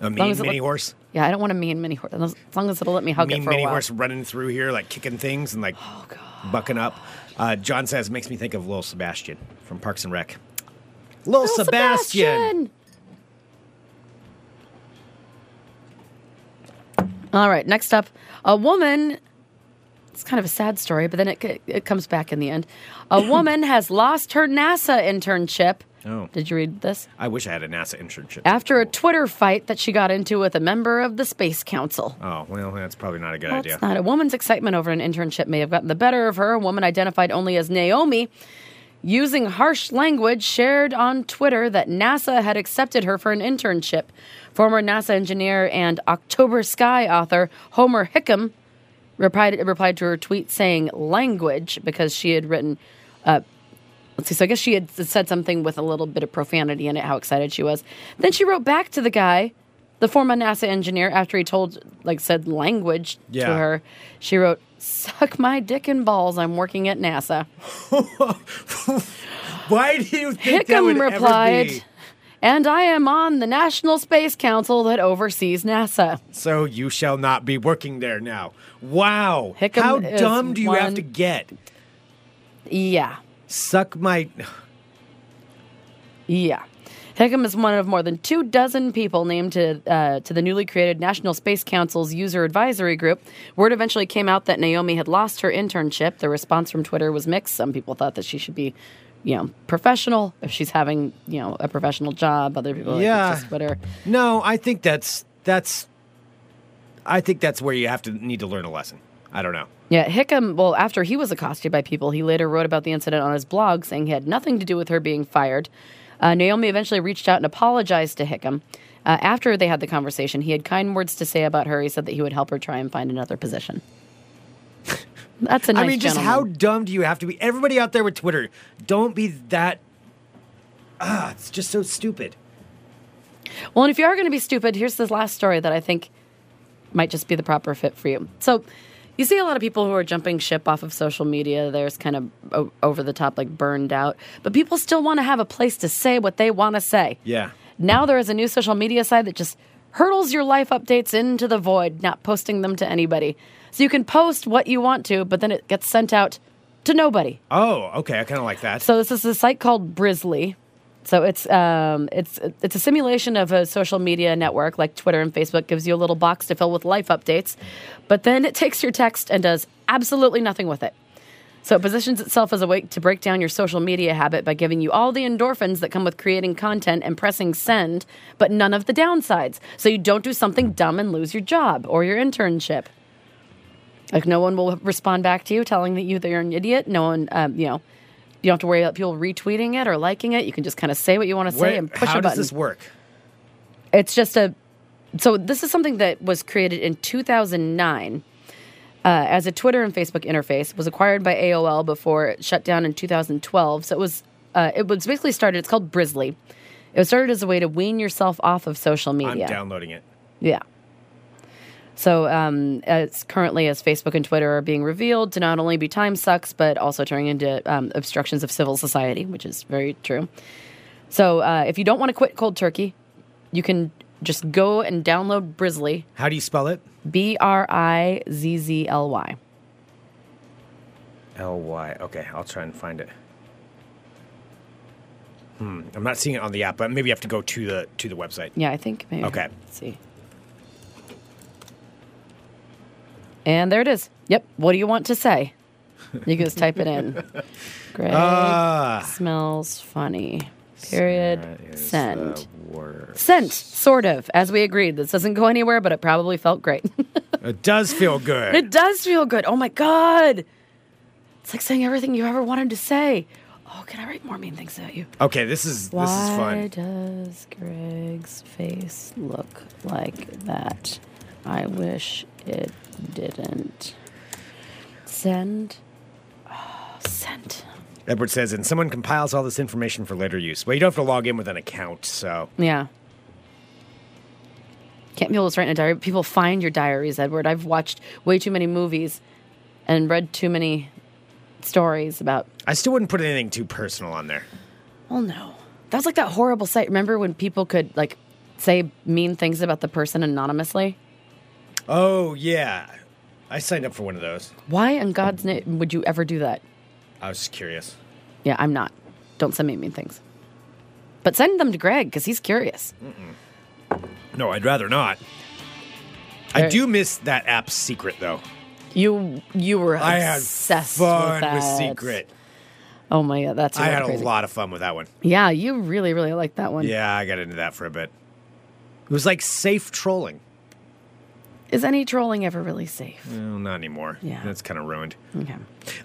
A
long
mean
as it
mini
look-
horse,
Yeah, I don't want a mean mini horse. As long as it'll let me hug it
mean
for
mini
a while. Oh,
horse running through here, like kicking things and like bucking up. Uh, John says makes me think of Lil Sebastian from Parks and Rec. Lil,
Little
Sebastian.
All right, next up, a woman. It's kind of a sad story, but then it, c- it comes back in the end. A woman has lost her NASA internship.
Oh.
Did you read this?
I wish I had a NASA internship.
After a Twitter fight that she got into with a member of the Space Council.
Oh well, that's probably not a good idea.
That's not a woman's excitement over an internship may have gotten the better of her. A woman identified only as Naomi, using harsh language, shared on Twitter that NASA had accepted her for an internship. Former NASA engineer and October Sky author Homer Hickam replied, replied to her tweet saying language because she had written uh, Let's see. So I guess she had said something with a little bit of profanity in it, how excited she was. Then she wrote back to the guy, the former NASA engineer, after he told, like, said language to
Yeah.
her. She wrote, Suck my dick and balls. I'm working at NASA.
Why do you think that would
Hickam
ever
replied,
be?
And I am on the National Space Council that oversees NASA.
So you shall not be working there now. Wow.
Hickam
How
is
dumb do you have
one-
to get?
Yeah.
Suck my.
Yeah. Hickam is one of more than two dozen people named to, uh, to the newly created National Space Council's user advisory group. Word eventually came out that Naomi had lost her internship. The response from Twitter was mixed. Some people thought that she should be you know, professional. If she's having, you know, a professional job, other people are like,
Yeah.
it's just Twitter.
No, I think that's that's. I think that's where you have to need to learn a lesson. I don't know.
Yeah, Hickam, well, after he was accosted by people, he later wrote about the incident on his blog, saying he had nothing to do with her being fired. Uh, Naomi eventually reached out and apologized to Hickam. Uh, after they had the conversation, he had kind words to say about her. He said that he would help her try and find another position. That's a nice
I mean, just how
gentleman.
dumb do you have to be? Everybody out there with Twitter, don't be that. Ah, it's just so stupid.
Well, and if you are going to be stupid, here's this last story that I think might just be the proper fit for you. So, you see a lot of people who are jumping ship off of social media. There's kind of o- over the top, like burned out, but people still want to have a place to say what they want to say.
Yeah.
Now there is a new social media side that just hurdles your life updates into the void, not posting them to anybody. So you can post what you want to, but then it gets sent out to nobody.
Oh, okay. I kind of like that.
So this is a site called Brizzly. So it's um, it's it's a simulation of a social media network like Twitter and Facebook gives you a little box to fill with life updates, but then it takes your text and does absolutely nothing with it. So it positions itself as a way to break down your social media habit by giving you all the endorphins that come with creating content and pressing send, but none of the downsides. So you don't do something dumb and lose your job or your internship. Like no one will respond back to you telling that you that you're an idiot. No one, um, you know, you don't have to worry about people retweeting it or liking it. You can just kind of say what you want to say
Where-
and push
how
a
does
button.
this work?
It's just a. So this is something that was created in 2009 uh, as a Twitter and Facebook interface. It was acquired by AOL before it shut down in 2012. So it was uh, it was basically started. It's called Brizzly. It was started as a way to wean yourself off of social
I'm
media.
downloading it.
Yeah. So um, as currently, as Facebook and Twitter are being revealed to not only be time sucks, but also turning into um, obstructions of civil society, which is very true. So uh, if you don't want to quit cold turkey, you can just go and download Brizzly,
How do you spell it?
B R I Z Z L Y.
L Y. Okay, I'll try and find it. Hmm. I'm not seeing it on the app, but maybe you have to go to the to the website.
Yeah, I think maybe.
Okay.
Let's see. And there it is. Yep. What do you want to say? You can just type it in. Greg
Ah.
smells funny. Period.
Sarah is
Send.
the worst.
Sent, sort of, as we agreed. This doesn't go anywhere, but it probably felt great.
It does feel good.
it does feel good. Oh my God. It's like saying everything you ever wanted to say. Oh, can I write more mean things about you?
Okay, this is this is fun.
Why does Greg's face look like that? I wish it didn't. Send. Oh, send.
Edward says, and someone compiles all this information for later use. Well, you don't have to log in with an account, so
Yeah. Can't people just write in a diary? People find your diaries, Edward. I've watched way too many movies and read too many stories about
I still wouldn't put anything too personal on there.
Well, no. That was like that horrible site. Remember when people could like say mean things about the person anonymously?
Oh yeah, I signed up for one of those.
Why in God's name would you ever do that?
I was just curious.
Yeah, I'm not. Don't send me mean things. But send them to Greg because he's curious.
No, I'd rather not. I
Alright.
do miss that app's secret though.
You you were
I had
obsessed
fun
with, that.
with secret.
Oh my god, that's
I had
crazy.
a lot of fun with that one.
Yeah, you really really liked that one.
Yeah, I got into that for a bit. It was like safe trolling.
Is any trolling ever really safe?
Well, not anymore.
Yeah.
that's kind of ruined.
Okay.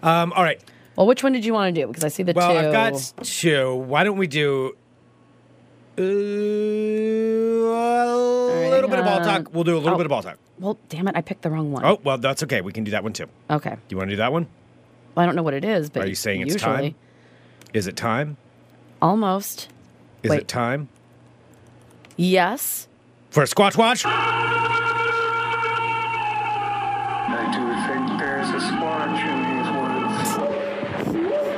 Um, all right.
Well, which one did you want to do? Because I see the
Well,
two.
I've got two. Why don't we do uh, a little bit of ball
uh,
talk? We'll do a little
oh.
bit of ball talk.
Well, damn it, I picked the wrong one.
Oh, well, that's okay. We can do that one too. Do
Okay.
you want to do that one?
Well, I don't know what it is, but
Are you saying it's
usually,
time? Is it time?
Almost.
Is
Wait.
it time
Yes.
for Squatch Watch?
I do think there's a splotch in these woods.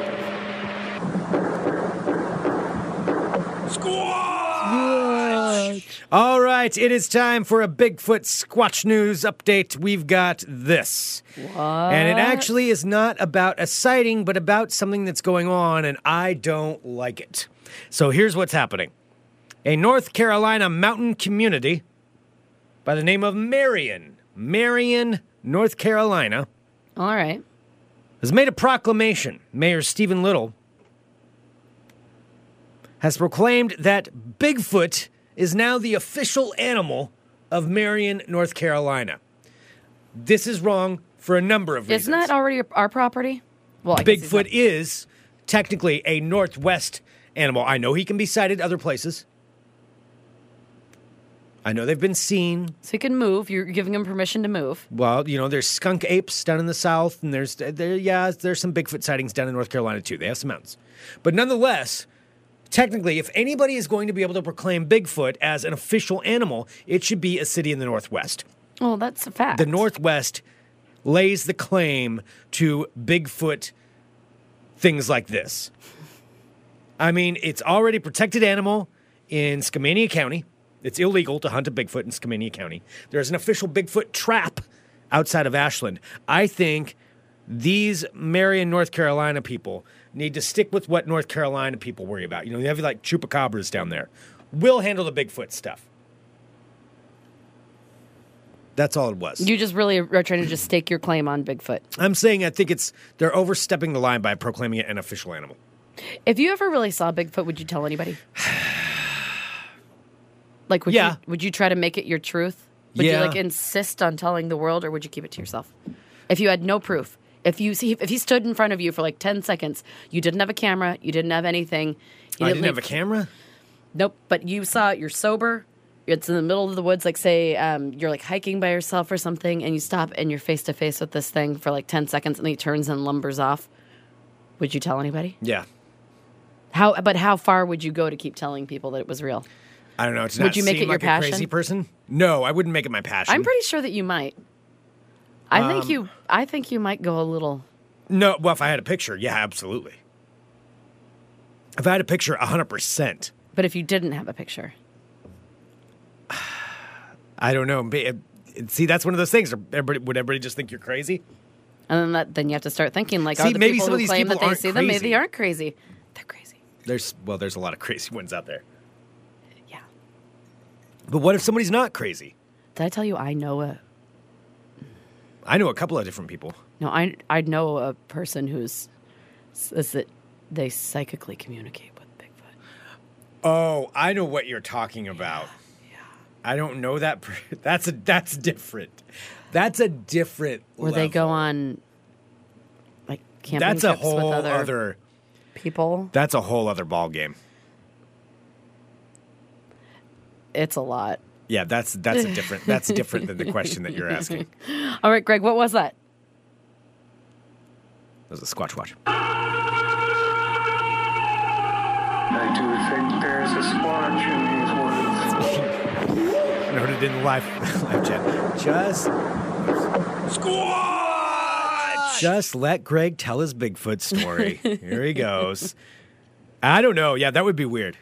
All right, it is time for a Bigfoot Squatch News update. We've got this. And it actually is not about a sighting, but about something that's going on, and I don't like it. So here's what's happening a North Carolina mountain community by the name of Marion, Marion, North Carolina,
All right.
has made a proclamation, Mayor Stephen Little, has proclaimed that Bigfoot is now the official animal of Marion, North Carolina. This is wrong for a number of reasons.
Isn't that already our property? Well, I guess he's
Bigfoot is technically a Northwest animal. I know he can be sighted other places. I know they've been seen.
not- So he can move. You're giving him permission to move.
Well, you know, there's skunk apes down in the south, and there's there, yeah, there's some Bigfoot sightings down in North Carolina too. They have some mountains, but nonetheless, technically, if anybody is going to be able to proclaim Bigfoot as an official animal, it should be a city in the Northwest.
Well, that's a fact.
The Northwest lays the claim to Bigfoot things like this. I mean, it's already protected animal in Skamania County. It's illegal to hunt a Bigfoot in Skamania County. There's an official Bigfoot trap outside of Ashland. I think these Marion, North Carolina people need to stick with what North Carolina people worry about. You know, they have like chupacabras down there. We'll handle the Bigfoot stuff. That's all it was.
You just really are trying to just stake your claim on Bigfoot.
I'm saying I think it's they're overstepping the line by proclaiming it an official animal.
If you ever really saw Bigfoot, would you tell anybody? Like, would
Yeah.
you would you try to make it your truth? Would
Yeah.
you like insist on telling the world, or would you keep it to yourself? If you had no proof, if you see, if he stood in front of you for like ten seconds, you didn't have a camera, you didn't have anything. You
I didn't
leave-
have a camera.
Nope. But you saw it. You're sober. It's in the middle of the woods. Like say um, you're like hiking by yourself or something, and you stop and you're face to face with this thing for like ten seconds, and then he turns and lumbers off. Would you tell anybody?
Yeah,
How? But how far would you go to keep telling people that it was real?
I don't know. It's
Would
not
you make it
seem
your
like a crazy
passion?
person? No, I wouldn't make it my passion.
I'm pretty sure that you might. I think you. I think you might go a little.
no. Well, if I had a picture, yeah, absolutely. If I had a picture, hundred percent.
But if you didn't have a picture,
I don't know. Be- it- See, that's one of those things. Everybody, would everybody just think you're crazy?
and then that, then you have to start thinking like,
See,
are the
maybe
people
some
who
of these
claim
people
that they
aren't
see them maybe
crazy.
they aren't crazy? They're crazy.
There's well, there's a lot of crazy ones out there.
Yeah.
But what if somebody's not crazy?
Did I tell you I know a
I know a couple of different people.
No, I I know a person who's says that they psychically communicate with Bigfoot.
Oh, I know what you're talking about. I don't know that. per- That's a that's different. That's a different.
Where they go
level.
on like camping
That's a
trips
whole
with other,
other,
people.
That's a whole other ball game.
It's a lot.
Yeah, that's that's a different. That's different than the question that you're asking. It
All right, Greg, what was that?
was a Squatch Watch.
I do think there's a squatch in these woods.
Noted in the live live chat. Just Squatch. Just let Greg tell his Bigfoot story. Here he goes. I don't know. Yeah, that would be weird.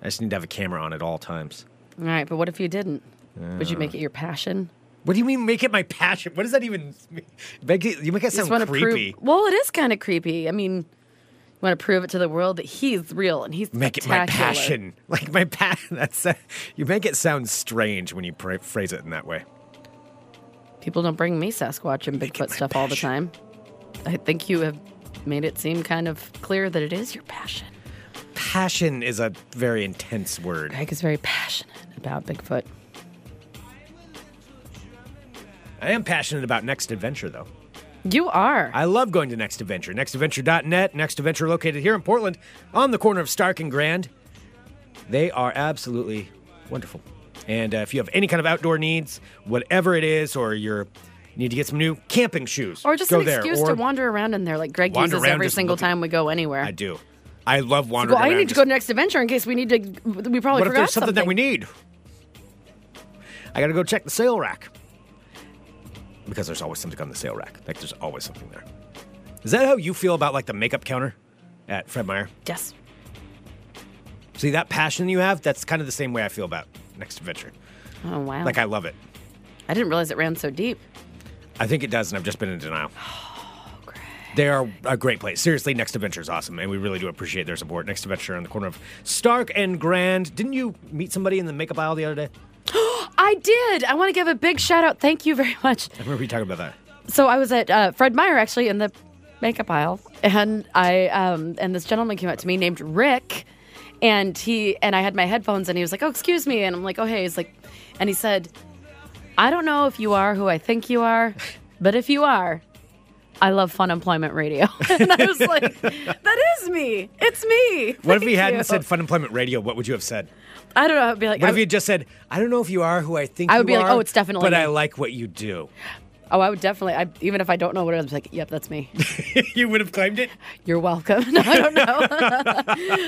I just need to have a camera on at all times.
All right, but what if you didn't? Would you make it your passion?
What do you mean? Make it my passion? What does that even mean? Make it, you make it
You just
sound
wanna
creepy.
Prove, well, it is kind of creepy. I mean, you want to prove it to the world that he's real and he's
make it my
spectacular.
passion. Like my passion. That's you make it sound strange when you pra- phrase it in that way.
People don't bring me Sasquatch and
Make it
Bigfoot
my
stuff all the
passion.
time. I think you have made it seem kind of clear that it is your passion.
Passion is a very intense word.
Greg is very passionate about Bigfoot.
I am passionate about Next Adventure, though.
You are.
I love going to Next Adventure. NextAdventure.net. Next Adventure located here in Portland on the corner of Stark and Grand. They are absolutely wonderful. And uh, if you have any kind of outdoor needs, whatever it is, or you're need to get some new camping shoes,
or just
go
an
there.
excuse
or
to wander around in there like Greg
Wander
uses
around
every
just
single
looking.
time we go anywhere.
I do. I love wandering
well, I
around.
need to
just-
go to Next Adventure in case we need to. We probably
What if
Oh, forgot
there's something, that we need? I gotta go check the sale rack. Because there's always something on the sale rack. Like there's always something there. Is that how you feel about like the makeup counter at Fred Meyer?
Yes.
See that passion you have? That's kind of the same way I feel about Next Adventure.
Oh wow.
Like
I,
I love it.
didn't realize it ran so deep.
I think it does, and I've just been in denial. They are a great place. Seriously, Next Adventure is awesome, and we really do appreciate their support. Next Adventure on the corner of Stark and Grand. Didn't you meet somebody in the makeup aisle the other day?
I did. I want to give a big shout out. Thank you very much.
I remember you talking about that.
So I was at uh, Fred Meyer actually in the
makeup aisle.
and I um, and this gentleman came up to me named Rick, and he and I had my headphones and he was like, "Oh, excuse me," and I'm like, "Oh, hey," he's like, and he said, "I don't know if you are who I think you are, but if you are." I love Fun Employment Radio. and I was like, that is me. It's me.
What if
Thank
we hadn't
you."
said Fun Employment Radio? What would you have said?
I don't know. I'd be like,
What
I
if you had just said, I don't know if you are who I think
I would
you
be like,
are,
"Oh, it's definitely
But
me."
I like what you do.
oh, I would definitely, I, even if I don't know what it is, I'm like, yep, that's me.
you would have claimed it?
You're welcome. No, I don't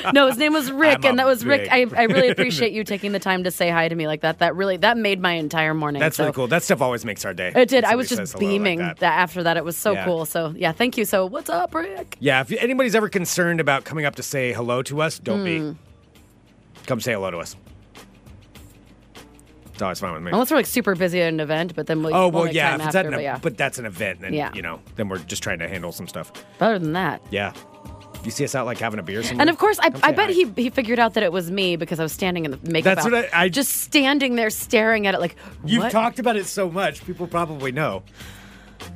know. no, his name was Rick,
I'm a
and that was Rick. I,
big-
I really appreciate you taking the time to say hi to me like that. That really that made my entire morning.
That's really
so-
cool. That stuff always makes our day.
It did.
when
I was
somebody
just
says hello like
beaming
that.
that. after that. It was so
Yeah.
cool. So yeah, thank you. So what's up, Rick?
Yeah, if anybody's ever concerned about coming up to say hello to us, don't
Hmm.
be. Come say hello to us. It's always fine with me.
Unless we're like super busy at an event, but then we'll
oh
we'll
well,
make
yeah.
time
If it's
after,
at an,
but
ev-
yeah.
but that's an event, and
Yeah.
you know, then we're just trying to handle some stuff.
But other than that.
Yeah. You see us out like having a beer somewhere.
And of course, I,
Come
I
say
bet
hi.
he, he figured out that it was me because I was standing in the makeup.
That's what
aisle.
I- I-
just standing there staring at it like
You've
what?
talked about it so much, people probably know.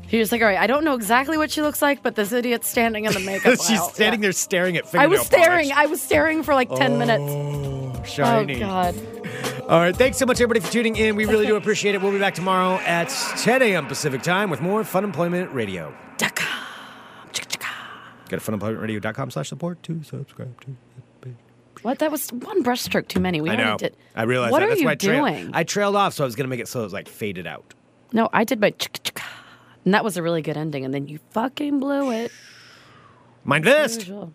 He was like, all right, I don't know exactly what she looks like, but this idiot's standing in the makeup.
She's
aisle."
standing
Yeah.
there staring at
I
fingernail
was staring.
polish.
I was staring for like ten minutes.
Oh,
Oh
shiny.
God.
All right. Thanks so much, everybody, for tuning in. We really do appreciate it. We'll be back tomorrow at 10 a.m. Pacific time with more Fun Employment Radio. Go to funemploymentradio.com slash support to subscribe to.
What? That was one brushstroke too many. We
I know.
already did.
I realized
What
that.
are
That's
you
why I trailed-
doing?
I trailed off, so I was going to make it so it was like faded out.
No, I did my chicka chicka. And that was a really good ending. And then you fucking blew it.
Mind Vest!
Usual.